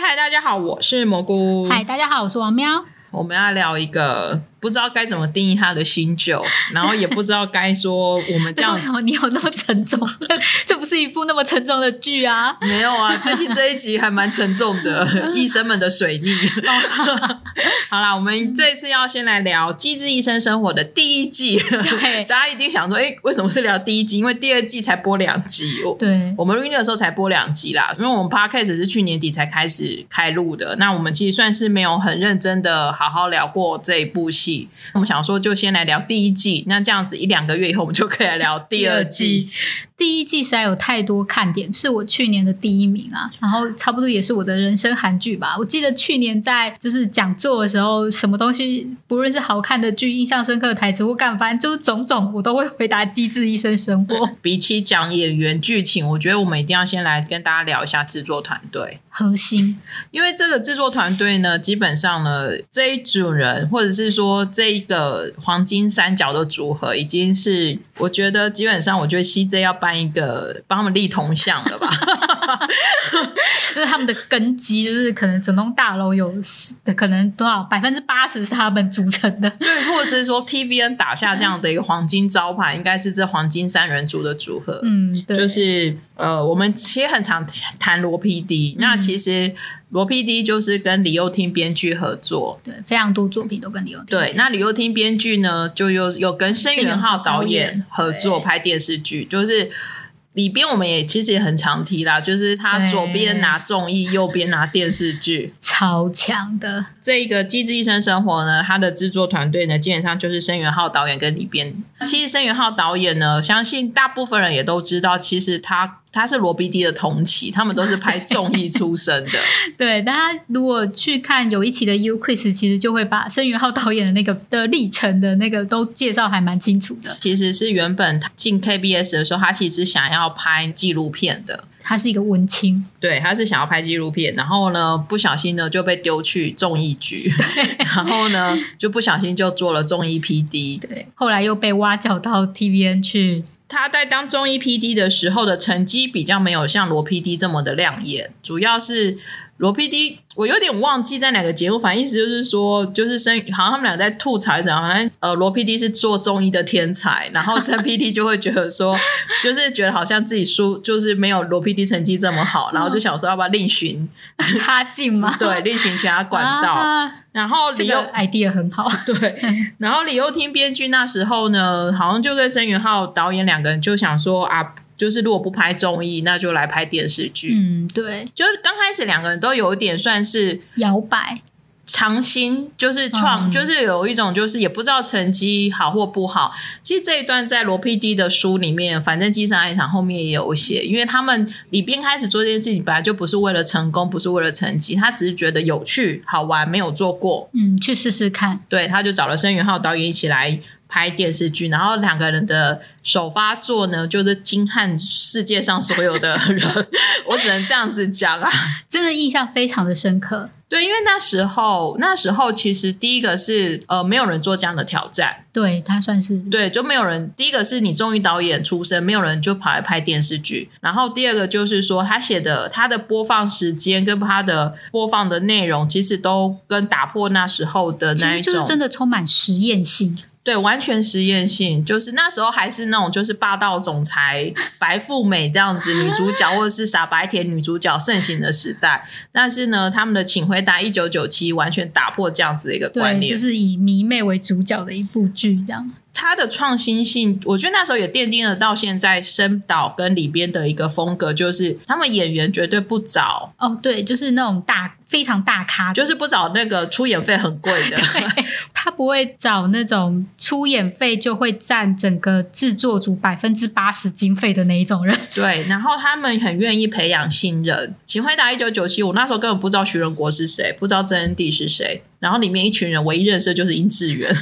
嗨，大家好，我是蘑菇。嗨，大家好，我是王喵。我们要聊一个不知道该怎么定义它的新 旧，然后也不知道该说我们这这样 为什么你有那么沉重？这不是一部那么沉重的 剧啊！没有啊。最近这一集还蛮沉重的， 医生们的水逆。哦 好啦，我们这次要先来聊《机智医生生活》的第一季。对大家一定想说，哎、为什么是聊第一季？因为第二季才播两集。我对，我们录音的时候才播两集啦，因为我们 podcast 是去年底才开始开录的，那我们其实算是没有很认真的好好聊过这一部戏。我们想说就先来聊第一季，那这样子一两个月以后我们就可以来聊第二季。第一季实在有太多看点，是我去年的第一名啊，然后差不多也是我的人生韩剧吧。我记得去年在就是讲座的时候，什么东西不论是好看的剧、印象深刻的台词或干，反正就是种种，我都会回答《机智医生生 活》哦比起讲演员剧情，我觉得我们一定要先来跟大家聊一下制作团队。核心。因为这个制作团队呢，基本上呢，这一组人或者是说这一个黄金三角的组合，已经是我觉得基本上，我觉得 CJ 要办一个帮他们立铜像 了吧？就是他们的根基，就是可能整栋大楼有可能多少百分之八十是他们组成的。对，或者是说 TVN 打下这样的一个黄金招牌，应该是这黄金三人组的组合。嗯，对，就是呃，我们其实很常谈罗 PD，、那嗯其实罗 PD 就是跟李幼听编剧合作，对非常多作品都跟李友廷对，那李幼听编剧呢，就又有跟申元浩导演合作对拍电视剧，就是。里边我们也其实也很常提啦，就是他对左边拿综艺，右边拿电视剧。超强的， 这个《机智医生生活》呢，它的制作团队呢，基本上就是申元浩导演跟里边。其实申元浩导演呢，相信大部分人也都知道，其实他他是罗 PD 的同期，他们都是拍综艺出身 的。对大家如果去看有一期的 U Quiz，其实就会把申元浩导演的那个的历程的那个都介绍还蛮清楚的。其实是原本他进 KBS 的时候，他其实想要拍纪录片的，他是一个文青，对，他是想要拍纪录片，然后呢，不小心呢就被丢去综艺局， 然后呢就不小心就做了综艺 PD。对，后来又被挖角到 TVN 去， 他在当综艺 PD 的时候的成绩比较没有像罗 PD 这么的亮眼，主要是罗 PD 我有点忘记在哪个节目，反正意思就是说，就是申好像他们俩在吐槽怎样，好像呃罗 PD 是做综艺的天才，然后申 PD 就会觉得说， 就是觉得好像自己输，就是没有罗 PD 成绩这么好，然后就想说要不要另寻他进吗？对，另寻其他管道。啊然后这李幼、个 idea 很好， 对，然后李幼廷编剧那时候呢，好像就跟申元浩导演两个人就想说啊，就是如果不拍综艺，那就来拍电视剧。嗯，对，就是刚开始两个人都有一点算是摇摆，尝新，就是创，嗯就是有一种就是也不知道成绩好或不好。其实这一段在罗 PD 的书里面，反正《机上爱场》后面也有写，因为他们里边开始做这件事情，本来就不是为了成功，不是为了成绩，他只是觉得有趣、好玩，没有做过，嗯，去试试看，对，他就找了申元浩导演一起来拍电视剧，然后两个人的首发作呢，就是惊撼世界上所有的人， 我只能这样子讲啊。真的印象非常的深刻，对，因为那时候，那时候其实第一个是呃，没有人做这样的挑战，对他算是对，就没有人。第一个是你终于导演出身，没有人就跑来拍电视剧。然后第二个就是说，他写的他的播放时间跟他的播放的内容，其实都跟打破那时候的其那实一就种，是真的充满实验性，对，完全实验性，就是那时候还是那种就是霸道总裁白富美这样子女主角，或者是傻白甜女主角盛行的时代。但是呢，他们的《请回答一九九七》完全打破这样子的一个观对，念。就是以迷妹为主角的一部剧，这样它的创新性，我觉得那时候也奠定了到现在深岛跟里边的一个风格，就是他们演员绝对不找，哦，对，就是那种大非常大咖，就是不找那个出演费很贵的。对，他不会找那种出演费就会占整个制作组百分之八十经费的那一种人，对，然后他们很愿意培养新人。请回答一九九七，我那时候根本不知道徐仁国是谁，不知道曾恩地是谁。然后里面一群人，唯一认识的就是殷志源。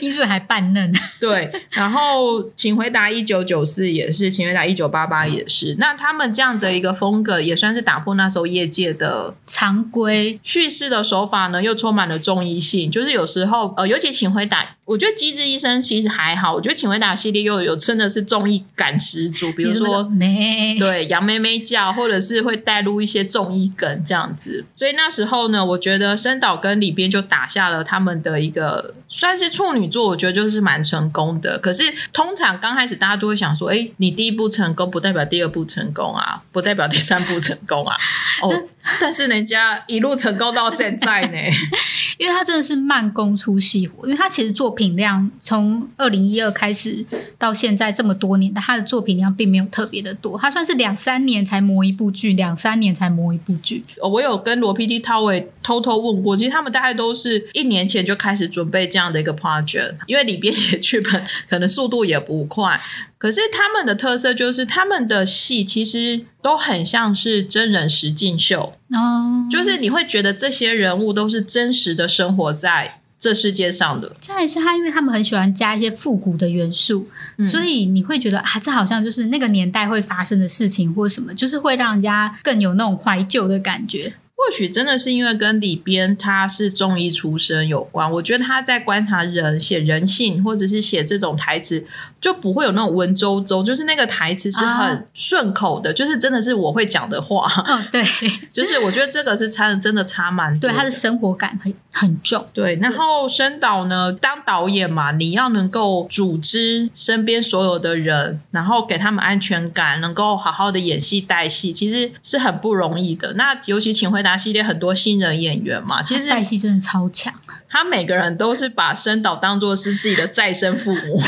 英俊还扮嫩， 对，然后请回答一九九四也是，请回答一九八八也是。那他们这样的一个风格，也算是打破那时候业界的常规叙事的手法呢，又充满了综艺性。就是有时候，呃，尤其请回答我觉得《机智医生》其实还好，我觉得《请回答》系列又有真的是综艺感十足，比如你那个说没对杨妹妹叫，或者是会带入一些综艺梗这样子。所以那时候呢，我觉得深岛跟里边就打下了他们的一个算是处女座，我觉得就是蛮成功的。可是通常刚开始大家都会想说，哎，你第一步成功不代表第二步成功啊，不代表第三步成功啊。哦，但是人家一路成功到现在呢，因为他真的是慢工出细活，因为他其实作品量从二零一二开始到现在这么多年，但他的作品量并没有特别的多，他算是两三年才磨一部剧，两三年才磨一部剧。我有跟罗 PD 涛伟偷偷问过，其实他们大概都是一年前就开始准备这样的一个 project，因为里边写剧本可能速度也不快，可是他们的特色就是他们的戏其实都很像是真人实境秀，哦，就是你会觉得这些人物都是真实的生活在这世界上的，再来是他，因为他们很喜欢加一些复古的元素，嗯所以你会觉得啊，这好像就是那个年代会发生的事情或什么，就是会让人家更有那种怀旧的感觉。或许真的是因为跟里边他是中医出身有关，我觉得他在观察人、写人性，或者是写这种台词，就不会有那种文绉绉，就是那个台词是啊很顺口的，就是真的是我会讲的话， 嗯，对，就是我觉得这个是差真的差蛮多对，的。他的生活感很很重。对，然后申导呢，当导演嘛，你要能够组织身边所有的人，然后给他们安全感，能够好好的演戏带戏，其实是很不容易的。那尤其《请回答》系列很多新人演员嘛，其实代戏真的超强，他每个人都是把申导当做是自己的再生父 母，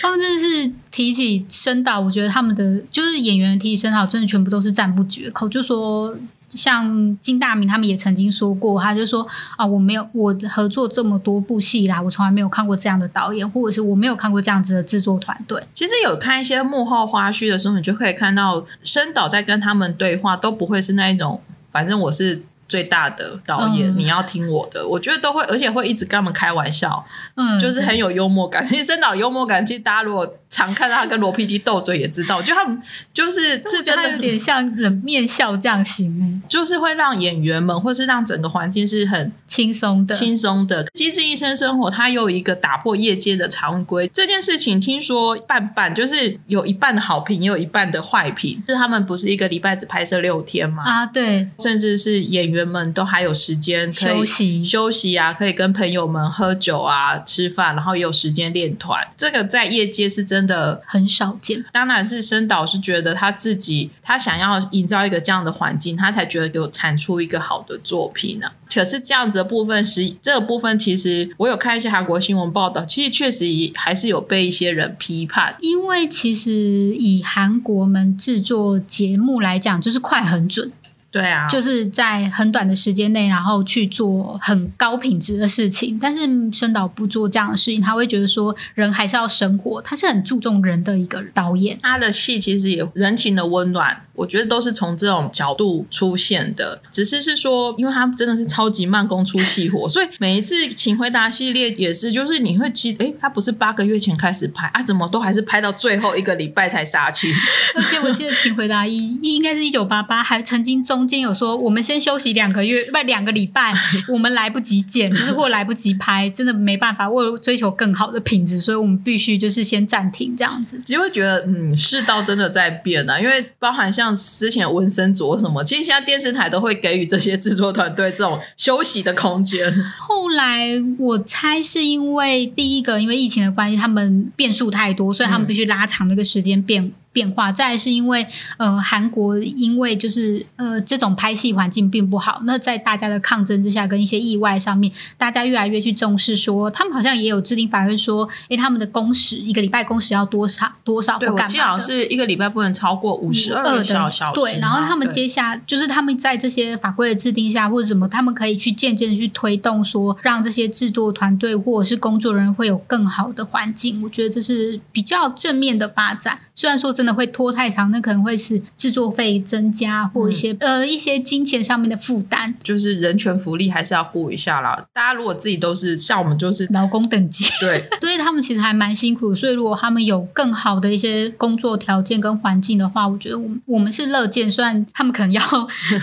他们真的是提起声导，我觉得他们的就是演员提起声导，真的全部都是赞不绝口。就说像金大明他们也曾经说过，他就说啊，我没有我合作这么多部戏啦，我从来没有看过这样的导演，或者是我没有看过这样子的制作团队。其实有看一些幕后花絮的时候，你就可以看到申导在跟他们对话，都不会是那一种，反正我是最大的导演，嗯你要听我的。我觉得都会，而且会一直跟他们开玩笑，嗯，就是很有幽默感。其实申导幽默感，其实大家如果常看到他跟罗 PD 斗嘴也知道，就他们就是是真哦他的有点像冷面笑匠型哎、就是会让演员们，或是让整个环境是很轻松的。轻松的《机智医生生活》，它又有一个打破业界的常规这件事情，听说半半，就是有一半的好评，也有一半的坏评。就是他们不是一个礼拜只拍摄六天吗？啊，对，甚至是演员们都还有时间可以休息休息啊，可以跟朋友们喝酒啊、吃饭，然后也有时间练团。这个在业界是真的很少见。当然是申导是觉得他自己他想要营造一个这样的环境，他才觉得有产出一个好的作品呢、可是这样子的部分是这个部分，其实我有看一些韩国新闻报道，其实确实也还是有被一些人批判。因为其实以韩国们制作节目来讲，就是快很准，对啊，就是在很短的时间内，然后去做很高品质的事情。但是申导不做这样的事情，他会觉得说人还是要生活，他是很注重人的一个导 演。他的戏其实也人情的温暖，我觉得都是从这种角度出现的。只是是说，因为他真的是超级慢工出细活，所以每一次《请回答》系列也是，就是你会期，诶，他不是八个月前开始拍啊，怎么都还是拍到最后一个礼拜才杀青。 而且我记得《请回答一》应该是一九八八，还曾经中间有说我们先休息两个月，不两个礼拜，我们来不及剪，就是或来不及拍，真的没办法，为了追求更好的品质，所以我们必须就是先暂停这样子。就会觉得，嗯，世道真的在变啊，因为包含像之前文森佐什么，其实现在电视台都会给予这些制作团队这种休息的空间。后来我猜是因为第一个，因为疫情的关系，他们变数太多，所以他嗯们必须拉长那个时间变。变化，再来是因为呃，韩国因为就是呃，这种拍戏环境并不好。那在大家的抗争之下，跟一些意外上面，大家越来越去重视说，他们好像也有制定法院说，诶、他们的工时一个礼拜工时要多少多少或对，我干记得嘛好像的。是一个礼拜不能超过五十二二个的小小时嘛。对，然后他们嗯对接下就是他们在这些法规的制定下或者什么，他们可以去渐渐的去推动说，让这些制作团队或者是工作人员会有更好的环境。我觉得这是比较正面的发展，虽然说真真的会拖太长，那可能会使制作费增加或一些、嗯呃一些金钱上面的负担，就是人权福利还是要顾一下啦。大家如果自己都是像我们，就是劳工等级。对， 所以他们其实还蛮辛苦的，所以如果他们有更好的一些工作条件跟环境的话，我觉得我们我们是乐见。虽然他们可 能要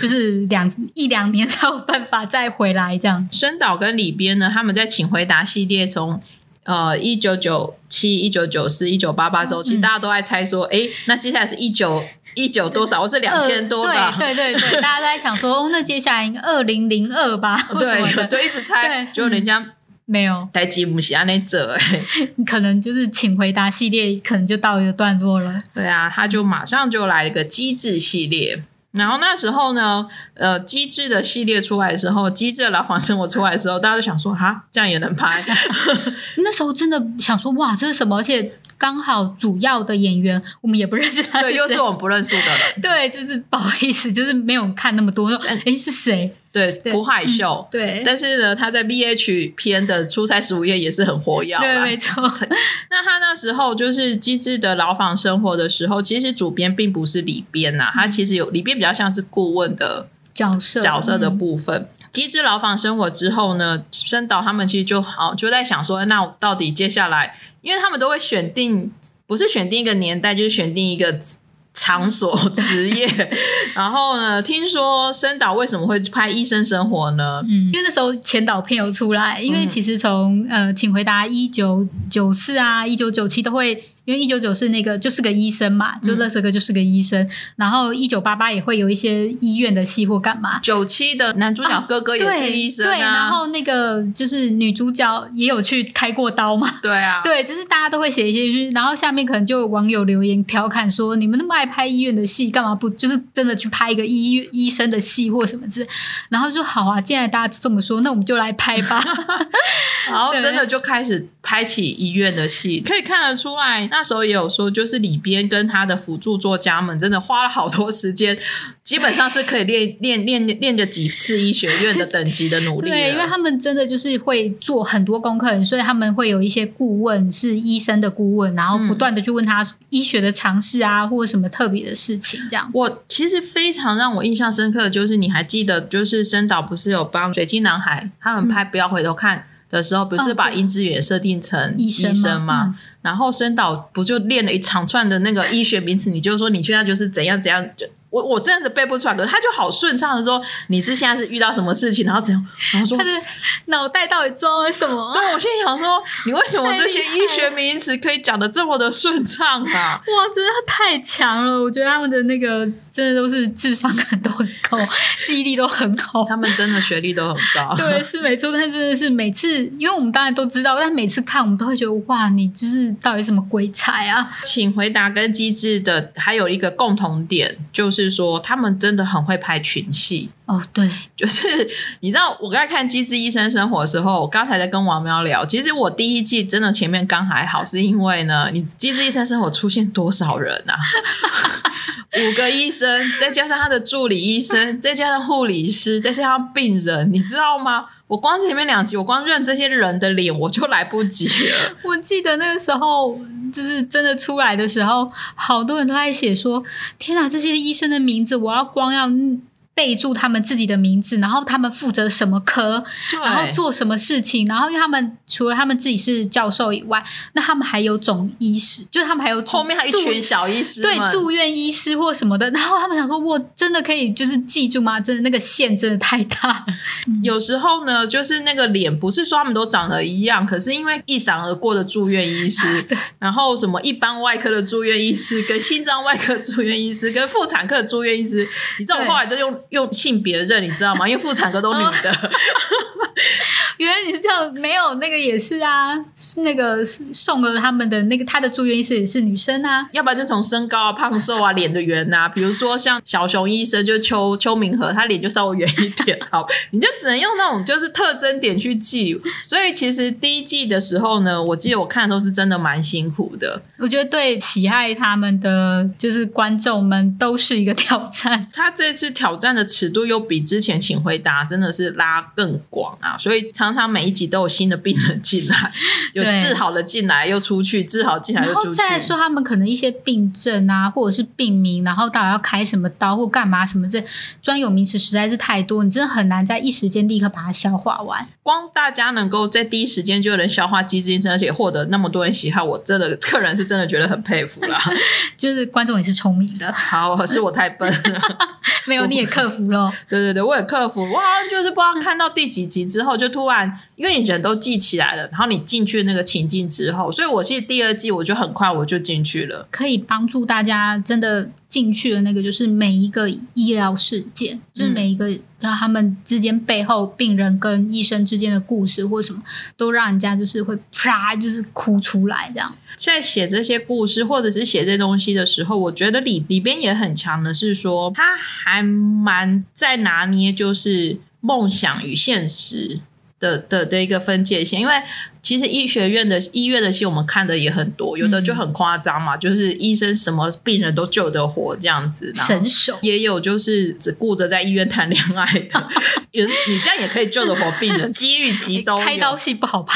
就是两一两年才有办法再回来这样。深岛跟里边呢，他们在《请回答》系列从呃一九九七、一九九四、一九八八周期，嗯大家都在猜说，哎、那接下来是一九一九多少，或是两千多呃吧？对对对对，大家都在想说，哦，那接下来应该二零零二吧，或什么哦 对，的，就一直猜，对就人家没有，台吉姆西安那者、哎，可能就是请回答系列，可能就到一个段落了。对啊，他就马上就来了个机智系列。然后那时候呢，呃，机智的系列出来的时候，机智的老黄生活出来的时候，大家就想说，哈，这样也能拍？那时候真的想说，哇，这是什么？而且刚好主要的演员我们也不认识 他对，是又谁是。我们不认识的 人，对，就是不好意思，就是没有看那么多。说，嗯哎，是谁？对，对嗯不害羞。对，但是呢，他在 BH 片的出差十五夜也是很活跃对，啦。没错，那他那时候就是《机智的牢房生活》的时候，其实主编并不是里边呐、嗯他其实有里边比较像是顾问的 角色角色的嗯部分。机智牢房生活之后呢，深岛他们其实就好就在想说，那到底接下来，因为他们都会选定，不是选定一个年代，就是选定一个场所职 业。然后呢，听说深岛为什么会拍医生生活呢？嗯，因为那时候前导片有出来，因为嗯其实从呃，请回答一九九四啊，一九九七都会，因为一九九四那个就是个医生嘛，嗯就乐色哥就是个医生，然后一九八八也会有一些医院的戏或干嘛。九七的男主角哥哥也是对医生对，然啊，后那个就是女主角也有去开过刀嘛，对啊，对，就是大家都会写一些就是，然后下面可能就有网友留言调侃说：“你们那么爱拍医院的戏，干嘛不就是真的去拍一个医院医生的戏或什么之类？”然后说：“好啊，既然大家这么说，那我们就来 拍吧。然后真的对就开始拍起医院的戏，可以看得出来，那时候也有说，就是里边跟他的辅助作家们真的花了好多时间，基本上是可以练练练练着几次医学院的等级的”努力了。对，因为他们真的就是会做很多功课，所以他们会有一些顾问是医生的顾问，然后不嗯断的去问他医学的常识啊，或者什么特别的事情这样。我其实非常让我印象深刻的就是，你还记得就是深岛不是有帮水晶男孩他们拍《不要回头看》的时候，不是嗯哦把对殷志远设定成医医生吗生吗？嗯然后深岛不就练了一长串的那个医学名词，你就说你现在就是怎样怎样就。我我真的背不出来，可是他就好顺畅的说你是现在是遇到什么事情，然后怎样，然后说他的脑袋到底装了什么啊？对，我现在想说你为什么这些太厉害医学名词可以讲的这么的顺畅啊？哇，真的太强了！我觉得他们的那个真的都是智商感都很高，记忆力都很好。他们真的学历都很高， 对，是没错，但真的是每次，因为我们当然都知道，但每次看我们都会觉得哇，你就是到底什么鬼才啊？请回答跟机智的还有一个共同点，就是说他们真的很会拍群戏。哦，对，就是你知道，我刚才看《机智医生生活》的时候，我刚才在跟王喵聊，其实我第一季真的前面刚还好，是因为呢，你《机智医生生活》出现多少人啊？ 五个医生，再加上他的助理医生，再加上护理师，再加上病人，你知道吗？我光前面两集，我光认这些人的脸，我就来不及了。我记得那个时候就是真的出来的时候，好多人都在写说：天啊，这些医生的名字，我要光要备注他们自己的名字，然后他们负责什么科，然后 对做什么事情，然后因为他们除了他们自己是教授以外，那他们还有总医师，就是他们还有后面还有一住群小医师们，对住院医师或什么的，然后他们想说，我真的可以就是记住吗？真的那个线真的太大 了，有时候呢，就是那个脸不是说他们都长得一样，可是因为一闪而过的住院医师，然后什么一般外科的住院医师，跟心脏外科住院医师，跟妇产科的住院医师，你知道我对后来就用用性别认，你知道吗？因为妇产科都女的，原来你是这样，没有那个也是啊，那个宋儿他们的那个他的住院医师也是女生啊， 要不然就从身高啊、胖瘦啊、脸的圆啊，比如说像小熊医生，就是邱邱明和，他脸就稍微圆一点，好，你就只能用那种就是特征点去记。所以其实第一季的时候呢，我记得我看的时候是真的蛮辛苦的。我觉得对喜爱他们的就是观众们都是一个挑战。他这次挑战的尺度又比之前请回答真的是拉更广啊，所以常常常每一集都有新的病人进 来，有对治好了进来又出去，治好进来又然出后去。再来说他们可能一些病症啊，或者是病名，然后到底要开什么刀或干嘛什么这专有名词实在是太多，你真的很难在一时间立刻把它消化完。光大家能够在第一时间就能消化机制医生，而且获得那么多人喜好，我真的个人是真的觉得很佩服 啦。就是观众也是聪明 的，好，是我太笨 了。没有你也克 服了。对对对，我也克服。我好像就是不知道看到第几集之后，就突然因为你人都记起来了，然后你进去那个情境之后，所以我其实第二季我就很快我就进去了。可以帮助大家真的进去的那个，就是每一个医疗事件，就是嗯每一个让他们之间背后病人跟医生之间的故事或什么，都让人家就是会啪，就是哭出来这样。在写这些故事或者是写这东西的时候，我觉得里里边也很强的是说，他还蛮在拿捏就是梦想与现实的的的一个分界线，因为。其实医学院的医院的戏，我们看的也很多，有的就很夸张嘛，就是医生什么病人都救得活这样子，然后神手，也有就是只顾着在医院谈恋爱的， 有你这样也可以救得活病人，机遇极都有 开刀戏不好拍。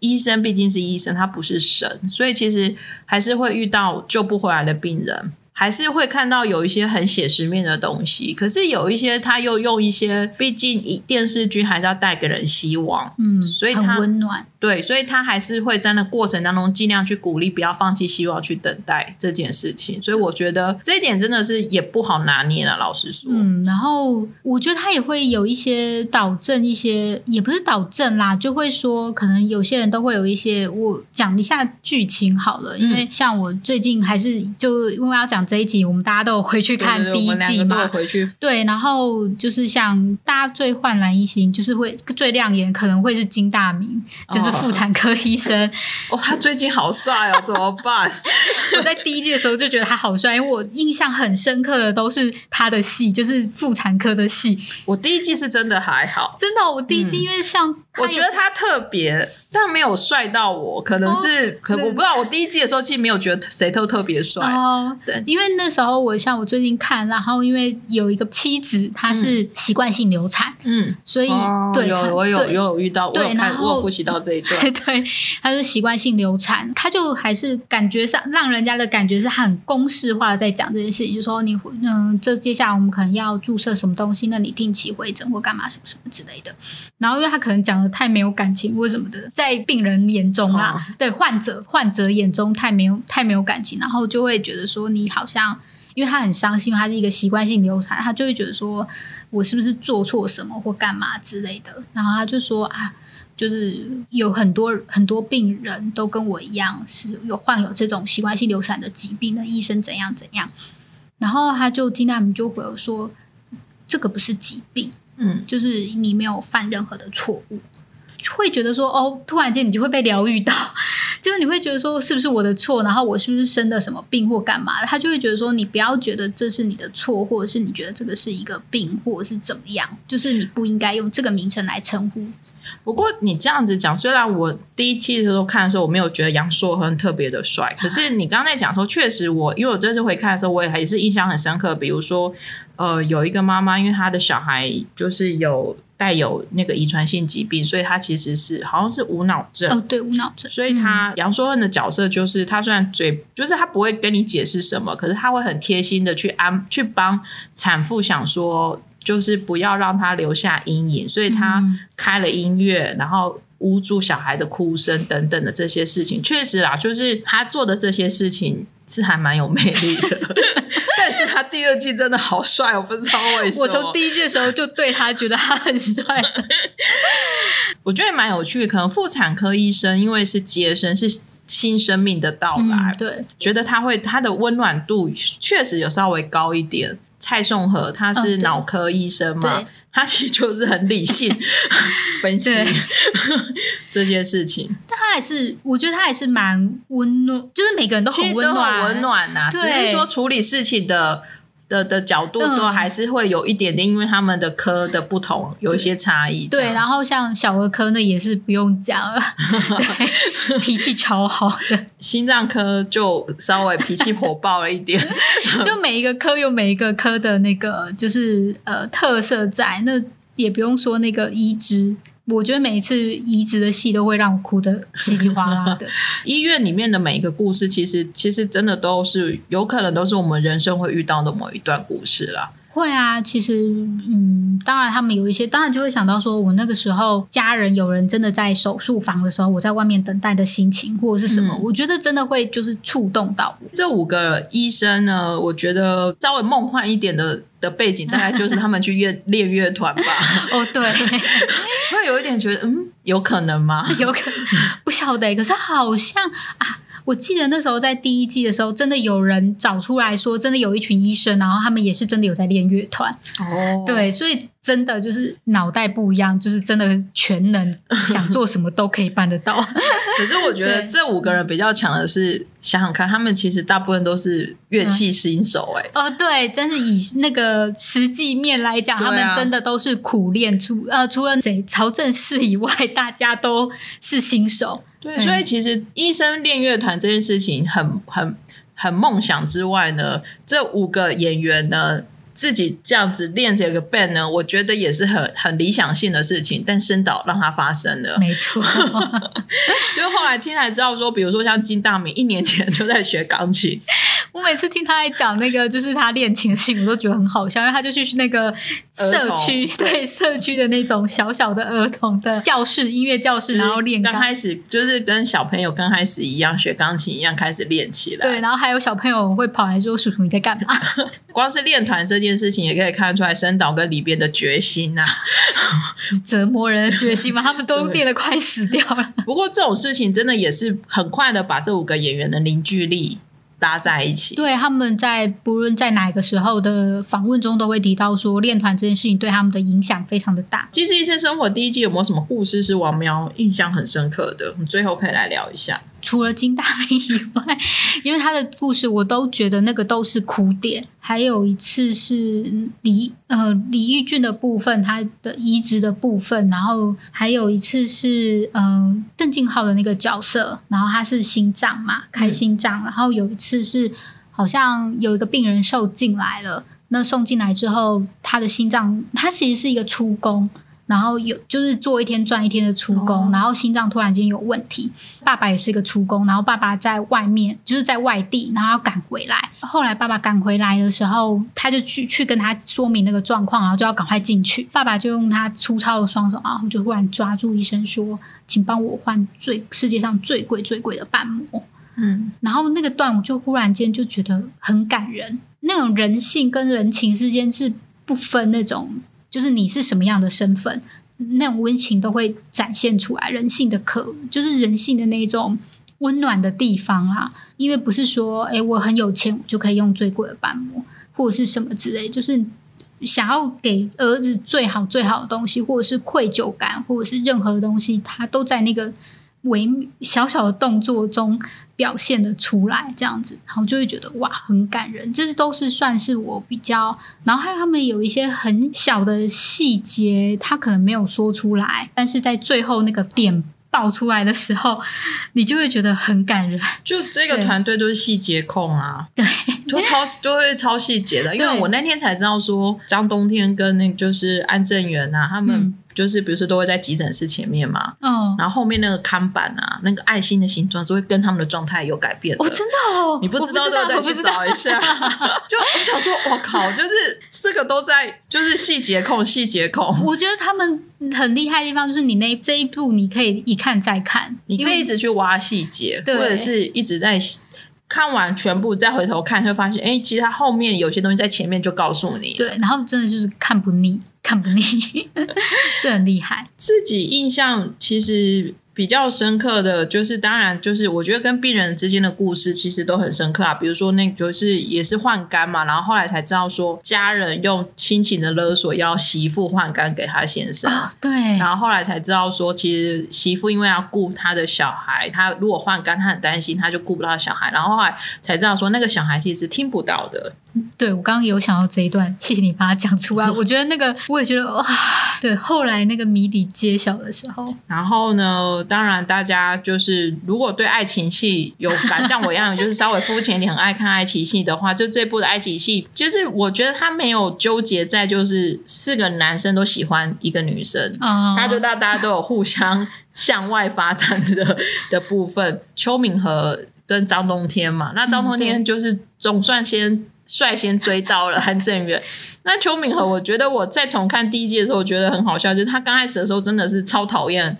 医生毕竟是医生，他不是神，所以其实还是会遇到救不回来的病人，还是会看到有一些很写实面的东西。可是有一些他又用一些，毕竟以电视剧还是要带给人希望，嗯，所以很他温暖。对，所以他还是会在那过程当中尽量去鼓励，不要放弃希望，去等待这件事情。所以我觉得这一点真的是也不好拿捏了，老实说，嗯，然后我觉得他也会有一些导正，一些也不是导正啦，就会说可能有些人都会有一些，我讲一下剧情好了，嗯因为像我最近还是就因为要讲这一集，我们大家都有回去对看对对第我一们两季个都有嘛。回去对，然后就是像大家最焕然一新，就是会最亮眼，可能会是金大明，就是哦妇产科医生。 哦，他最近好帅哦，怎么办？ 我在第一季的时候就觉得他好帅，因为我印象很深刻的都是他的戏，就是妇产科的戏。我第一季是真的还好。真的，我第一季因为像嗯他我也觉得他特别，但没有帅到我，可能是、可哦对我不知道。我第一季的时候其实没有觉得谁都特别帅，哦，对因为那时候我像我最近看，然后因为有一个妻子她是习惯性流产，嗯，所以、哦对，有我有我对有遇到，我有对看然后我有复习到这一段， 对，她是习惯性流产，她就还是感觉上让人家的感觉是很公式化的在讲这件事情，就说你嗯，这接下来我们可能要注射什么东西，那你定期回诊或干嘛什么什么之类的。然后因为她可能讲的太没有感情或什么的，在病人眼中啦，对患者患者眼中太没有太没有感情，然后就会觉得说你好像。因为她很伤心，因为她是一个习惯性流产，她就会觉得说，我是不是做错什么或干嘛之类的。然后她就说啊，就是有很多很多病人都跟我一样是有患有这种习惯性流产的疾病的，医生怎样怎样。然后他就金大明就回我说，这个不是疾病，嗯，就是你没有犯任何的错误。会觉得说哦，突然间你就会被疗愈到， 就是你会觉得说是不是我的错，然后我是不是生了什么病或干嘛的，他就会觉得说你不要觉得这是你的错，或者是你觉得这个是一个病，或者是怎么样，就是你不应该用这个名称来称呼不过你这样子讲，虽然我第一季的时候看的时候，我没有觉得杨烁很特别的帅，可是你刚才讲说，确实我因为我这次回看的时候，我也还是印象很深刻。比如说，呃，有一个妈妈，因为她的小孩就是有带有那个遗传性疾病，所以她其实是好像是无脑症。哦，对，无脑症。所以嗯他杨烁恩的角色就是，他虽然嘴就是他不会跟你解释什么，可是他会很贴心的去安去帮产妇想说，就是不要让她留下阴影，所以他嗯开了音乐，然后。捂住小孩的哭声等等的这些事情，确实啦，就是他做的这些事情是还蛮有魅力的。 但是他第二季真的好帅，我不知道为什么。我从第一季的时候就对他觉得他哦 很帅，我觉得蛮有趣，可能妇产科医生因为是接生，是新生命的到来，嗯，对，觉得他会他的温暖度确实有稍微高一点。蔡颂和他嗯是对脑科医生嘛，对他其实就是很理 性分析对 这件事情，但他还是，我觉得他还是蛮温暖，就是每个人都其很实温都很暖，啊温暖啊呐、只对是说处理事情的的的角度嗯都还是会有一点点，因为他们的科的不同有一些差异这样对，子。然后像小儿科那也是不用讲 了，对，脾气超好的，心脏科就稍微脾气火爆了一点，就每一个科有每一个科的那个就是呃特色在，那也不用说那个医知。我觉得每一次移植的戏都会让我哭的稀里哗 啦的。医院里面的每一个故事，其实其实真的都是有可能都是我们人生会遇到的某一段故事啦。会啊，其实嗯，当然他们有一些，当然就会想到说，我那个时候家人有人真的在手术房的时候，我在外面等待的心情或者是什么，嗯我觉得真的会就是触动到我。这五个医生呢，我觉得稍微梦幻一点的的背景，大概就是他们去乐练乐团 吧。哦，对，会有一点觉得，嗯，有可能吗？有可不晓得，欸可是好像啊。我记得那时候在第一季的时候，真的有人找出来说，真的有一群医生，然后他们也是真的有在练乐团。哦，对，所以真的就是脑袋不一样，就是真的全能，想做什么都可以办得 到。可是我觉得对这五个人比较强的是，想想看，他们其实大部分都是乐器新手、哎、哦，对，真是以那个实际面来讲，对啊他们真的都是苦练出呃，除了谁曹正奭以外，大家都是新手。对，嗯所以其实医生练乐团这件事情很很很梦想之外呢，这五个演员呢自己这样子练这个 band 呢，我觉得也是很很理想性的事情，但生导让它发生 了。没 错，就后来听才知道说，比如说像金大明一年前就在学钢琴，我每次听他在讲那个就是他练琴的事情，我都觉得很好笑，因为他就去那个社区，儿童 对社区的那种小小的儿童的教室、音乐教 室，然后练刚钢。开始就是跟小朋友刚开始一样学钢琴一样开始练起来。对，然后还有小朋友会跑来说：“叔叔你在干嘛 光是练团这件事情，也可以看出来深岛跟里边的决心啊呐、你折磨人的决心吗？”他们都对练得快死掉 了。不过这种事情真的也是很快的把这五个演员的凝聚力拉在一起。对，他们在不论在哪个时候的访问中，都会提到说练团这件事情对他们的影响非常的大。其实《一些生活》第一季有没有什么故事是王苗印象很深刻的？我们最后可以来聊一下。除了金大明以外，因为他的故事我都觉得那个都是哭点。还有一次是李呃李玉俊的部分，他的移植的部分，然后还有一次是呃邓敬浩的那个角色，然后他是心脏嘛，开心脏，然后有一次是好像有一个病人受进来了，那送进来之后，他的心脏他其实是一个出工。然后有就是做一天赚一天的出工，哦然后心脏突然间有问题，爸爸也是一个出工，然后爸爸在外面就是在外地，然后要赶回来。后来爸爸赶回来的时候，他就去去跟他说明那个状况，然后就要赶快进去。爸爸就用他粗糙的双手，然后就忽然抓住医生说：“请帮我换最世界上最贵最贵的瓣膜。”嗯，然后那个段我就忽然间就觉得很感人，那种人性跟人情之间是不分那种，就是你是什么样的身份，那种温情都会展现出来，人性的可就是人性的那种温暖的地方啊。因为不是说，诶我很有钱，我就可以用最贵的瓣膜或者是什么之类，就是。想要给儿子最好最好的东西，或者是愧疚感，或者是任何东西，他都在那个微小小的动作中表现的出来，这样子，然后就会觉得哇，很感人。这都是算是我比较，然后还有他们有一些很小的细节，他可能没有说出来，但是在最后那个点爆出来的时候，你就会觉得很感人。就这个对团队都是细节控啊，嗯对，就超就会超细节的。因为对我那天才知道说，张冬天跟那个就是安正元啊，他们嗯就是比如说都会在急诊室前面嘛，哦，然后后面那个看板啊，那个爱心的形状是会跟他们的状态有改变的。我、真的哦，你不知道我对我对？不去知道找一下。 就我想说，我靠，就是这个都在，就是细节控，细节控，我觉得他们很厉害的地方就是你那这一部你可以一看再看，你可因以为一直去挖细节，或对者是一直在看完全部再回头看，会发现，哎、其实它后面有些东西在前面就告诉你。对，然后真的就是看不腻，看不腻， 这很 厉害。自己印象其实。比较深刻的就是，当然就是我觉得跟病人之间的故事其实都很深刻啊。比如说，那个就是也是换肝嘛，然后后来才知道说，家人用亲情的勒索要媳妇换肝给他先生。哦，对，然后后来才知道说，其实媳妇因为要顾她的小孩，她如果换肝，她很担心，她就顾不到小孩。然后后来才知道说，那个小孩其实是听不到的。 对我刚刚有想到这一段，谢谢你把它讲出来。我觉得那个我也觉得哇，对，后来那个谜底揭晓的时候，然后呢，当然大家就是如果对爱情戏有感，像我一样，就是稍微肤浅一点，很爱看爱情戏的话，就这部的爱情戏，就是我觉得他没有纠结在就是四个男生都喜欢一个女生，啊、他就让大家都有互 相向外发展的的部分。邱敏和跟张冬天嘛，那嗯张冬天就是总算先率先追到了韩正元。那邱敏和，我觉得我在重看第一季的时候，我觉得很好笑，就是他刚开始的时候真的是超讨厌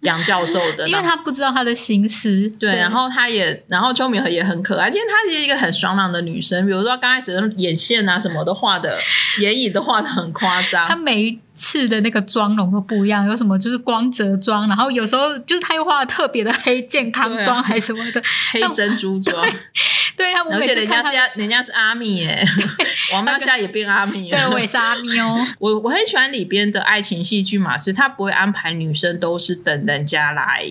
杨教授的， 因为他不知道他的形式，对，然后她也，然后邱敏和也很可爱，因为她是一个很爽朗的女生，比如说刚开始的眼线啊什么都画 的，眼影都画的很夸张，他每一次的那个妆容都不一样，有什么就是光泽妆，然后有时候就是他又画得特别的黑健康对啊妆还是什么的，黑珍珠 妆，对他我而每且次人看家他是。要人家是阿密 耶， 王妙夏也变阿密对，了。我也是阿哦喵。 我我很喜欢里边的爱情戏剧嘛，是他不会安排女生都是等人家来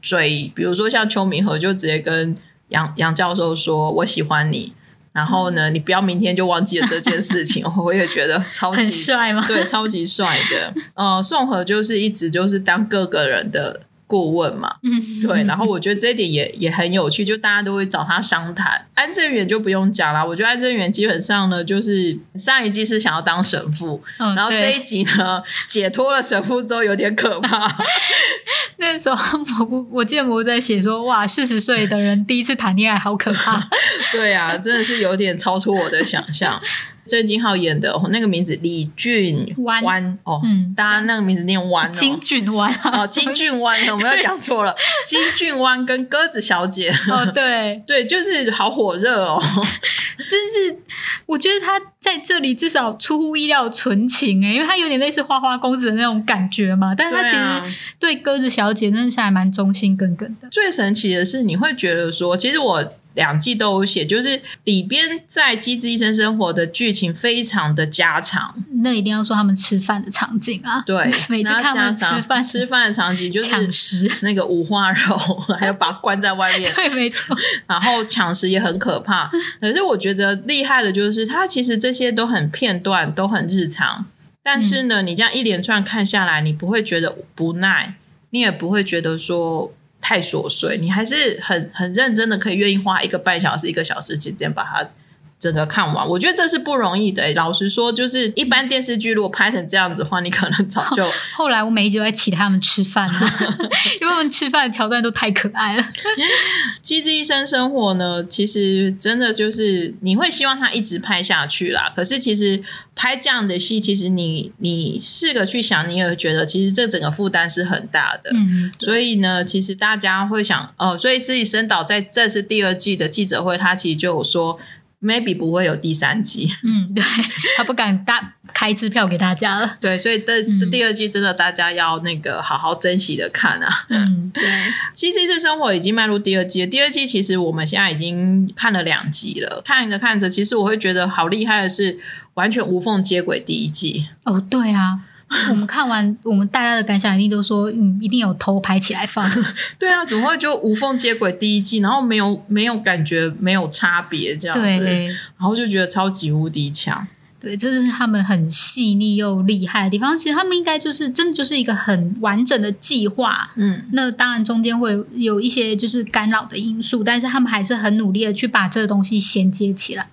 追，比如说像邱明和就直接跟杨杨教授说我喜欢你，然后呢，嗯你不要明天就忘记了这件事情， 我也觉得超级很帅吗？对，超级帅的。呃，宋和就是一直就是当各个人的顾问嘛，嗯，对。 然后我觉得这一点也也很有趣，就大家都会找他商谈。安正元就不用讲啦，我觉得安正元基本上呢，就是上一季是想要当神父，嗯，然后这对一集呢解脱了神父之后有点可 怕，那时候蘑菇，我记得蘑菇在写说，哇，四十岁的人第一次谈恋爱好 可怕。对啊，真的是有点超出我的想象。郑敬浩演的、哦那个名字李俊湾哦，嗯，大家那个名字念湾哦，金啊俊湾啊，哦，金俊湾，我们又讲错 了，金俊湾跟鸽子小姐，哦，对，对，就是好火热哦，就是我觉得他在这里至少出乎意料纯情哎、因为他有点类似花花公子的那种感觉嘛，但是他其对啊实对鸽子小姐真的是还蛮忠心耿耿的。最神奇的是，你会觉得说，其实我。两季都有写，就是里边在《机智医生生活》的剧情非常的家常，那一定要说他们吃饭的场景啊，对， 每次然后看他们家常吃饭吃饭的场景就是抢食， 那个五花肉，还有把它关在外面， 对，没错，然后抢食也很可怕。可是我觉得厉害的就是，它其实这些都很片段，都很日常。但是呢，你这样一连串看下来，你不会觉得不耐，你也不会觉得说太琐碎，你还是很很认真的，可以愿意花一个半小时、一个小时时间把它。整个看完，我觉得这是不容易的、欸老实说，就是一般电视剧如果拍成这样子的话，你可能早就后来我每一集都在期待他们吃饭 啊，因为他们吃饭的桥段都太可爱了。机智医生生活呢，其实真的就是你会希望它一直拍下去啦。可是其实拍这样的戏，其实你你试着去想，你也会觉得其实这整个负担是很大的。嗯，所以呢，其实大家会想，哦，所以自己生导在这是第二季的记者会，他其实就有说，maybe 不会有第三季。 嗯，对，他不敢大开支票给大家了。对，所以这是第二季，真的大家要那个好好珍惜的看啊。嗯，对，其实这次生活已经迈入第二季了，第二季其实我们现在已经看了两集了，看着看着，其实我会觉得好厉害的是，完全无缝接轨第一季。哦，对啊。我们看完，我们大家的感想一定都说，嗯，一定有偷拍起来 放。对啊，怎么会就无缝接轨第一季，然后没有没有感觉，没有差别这样子，然对后就觉得超级无敌强。对，这是他们很细腻又厉害的地方。其实他们应该就是真的就是一个很完整的计划。嗯，那当然中间会有一些就是干扰的因素，但是他们还是很努力的去把这个东西衔接起来。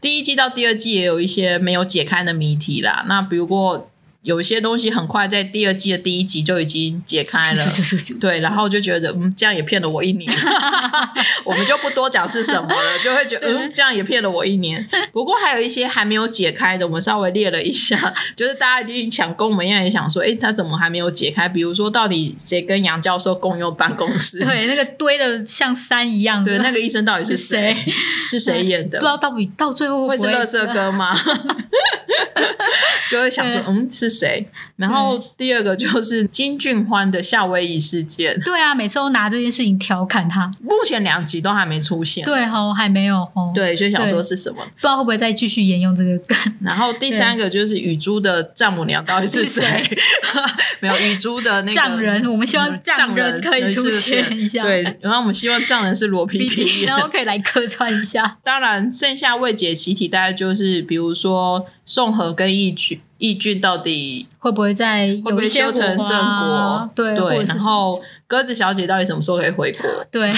第一季到第二季也有一些没有解开的谜题啦，那比如过有一些东西很快在第二季的第一集就已经解开了。对，然后就觉得嗯，这样也骗了我一年， 我们就不多讲是什么了，就会觉得嗯，这样也骗了我一年。不过还有一些还没有解开的，我们稍微列了一下， 就是大家一定想跟我们一样，也想说，诶，他怎么还没有解开？比如说，到底谁跟杨教授共用办公室？ 对，那个堆的像山一样的，对，那个医生到底是谁？是谁演不的知？道到底到最后会会是乐色哥吗？ 就会想说，嗯，是谁？然后第二个就是金俊欢的夏威夷事件，对啊，每次都拿这件事情调侃他。目前两集都还没出现。对哦，还没有哦，对，就想对说是什么。不知道会不会再继续沿用这个 梗。然后第三个就是雨珠的丈母娘到底是谁？ 没有雨珠的那个丈人我们希望丈丈人可以出现一下对，然后我们希望丈人是罗 PD 然后可以来客串一下。当然，剩下未解习题大概就是比如说宋和跟义举。义俊到底会不会再有会不会一些修成正火花果？对或者对，然是什么后鸽子小姐到底什么时候可以回国？ 对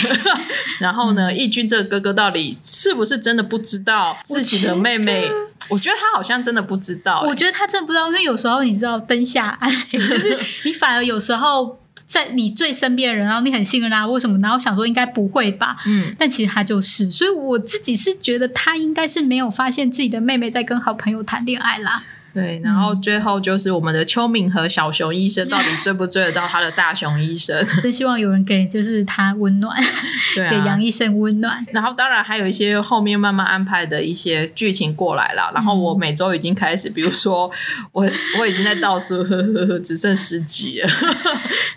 然后呢，嗯义俊这个哥哥到底是不是真的不知道自己的妹妹？我觉得他好像真的不知道、欸我觉得他真的不知道，因为有时候你知道灯下暗， 就是你反而有时候在你最身边的人，然后你很信任他，为什么？然后想说应该不会吧，嗯，但其实他就是，所以我自己是觉得他应该是没有发现自己的妹妹在跟好朋友谈恋爱 啦。对。然嗯后最后就是我们的邱敏和小熊医 生到底追不追得到他的大熊医生？ 真希望有人给就是他温暖，对给啊杨。医生温暖。然后当然还有一些后面慢慢安排的一些剧情过来啦。然后嗯我每周已经开始，比如说我我已经在倒数，呵呵呵，只剩十集了。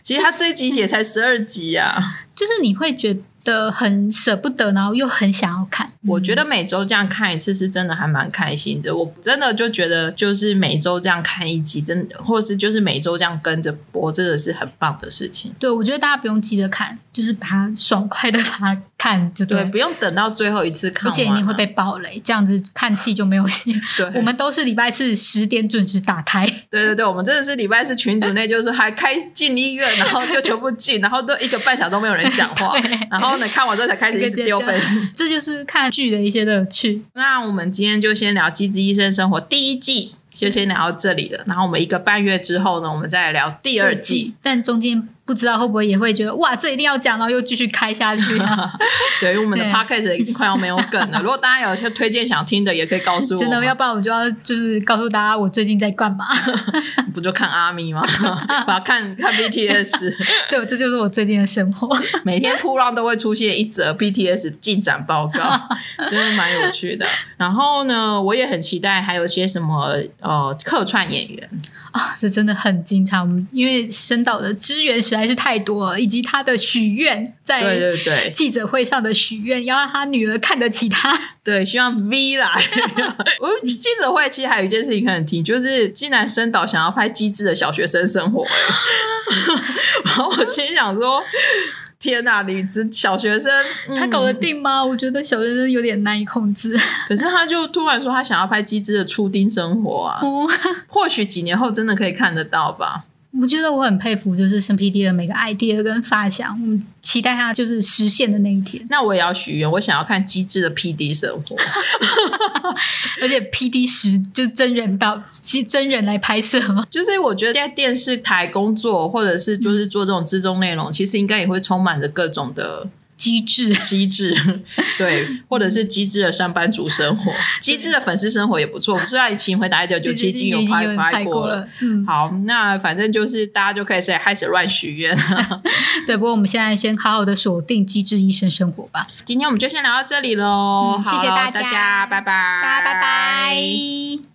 其实他这一集也才十二集啊。就是你会觉得很舍不得，然后又很想要看。我觉得每周这样看一次是真的还蛮开心的。我真的就觉得，就是每周这样看一集，真的，或是就是每周这样跟着播，真的是很棒的事情。对，我觉得大家不用急着看，就是把它爽快的把它看就对，了不用等到最后一次看而完啊，且你会被暴雷，这样子看戏就没 有戏。对。我们都是礼拜四十点准时打开，对对对，我们真的是礼拜四群组内，就是还开进医院，然后就全部进，然后都一个半小时都没有人讲话 对，然后呢看完之后才开始一直丢分。这就是看剧的一些乐趣。那我们今天就先聊《机智医生生活》第一季，就先聊到这里了。然后我们一个半月之后呢，我们再来聊第二季。，但中间不知道会不会也会觉得哇，这一定要讲，然后又继续开下去、 啊，对，因为我们的对 podcast 已经快要没有梗 了。如果大家有一些推荐想听的，也可以告诉我。真的，要不然我就要就是告诉大家我最近在干嘛。 不就看阿咪吗？ 把看看 BTS，对，这就是我最近的生活。 每天扑浪都会出现一则 BTS 进展报告，真的蛮有趣的。然后呢，我也很期待还有一些什么呃客串演员，啊、这真的很经常，我们因为深岛的资源实在是太多了，以及他的许愿对在对对记者会上的许愿，要让他女儿看得起他。对，希望 V 来。我记者会其实还有一件事情很提，就是竟然深岛想要拍机智的小学生生活、欸然后我心想说。天呐、你只小学生，嗯他搞得定吗？我觉得小学生有点难以控制。 可是他就突然说他想要拍机智的初丁生活啊，哦，或许几年后真的可以看得到吧。我觉得我很佩服，就是生 PD 的每个 idea 跟发想，嗯，期待他就是实现的那一天。那我也要许愿，我想要看机智的 PD 生活。 而且 PD 十就真人到是真人来拍摄嘛，就是我觉得在电视台工作，或者是就是嗯做这种之中内容，其实应该也会充满着各种的机智。 嗯机 智，对，或者是机智的上班族生活，机智的粉丝生活也不错。虽然请回答一九九七已经有已经拍人拍拍过了。了，嗯，好，那反正就是大家就可以开始开始乱许愿。对。不过我们现在先好好的锁定《机智医生生活》吧。今天我们就先聊到这里喽，嗯谢谢好大家大家，拜拜，大家拜拜。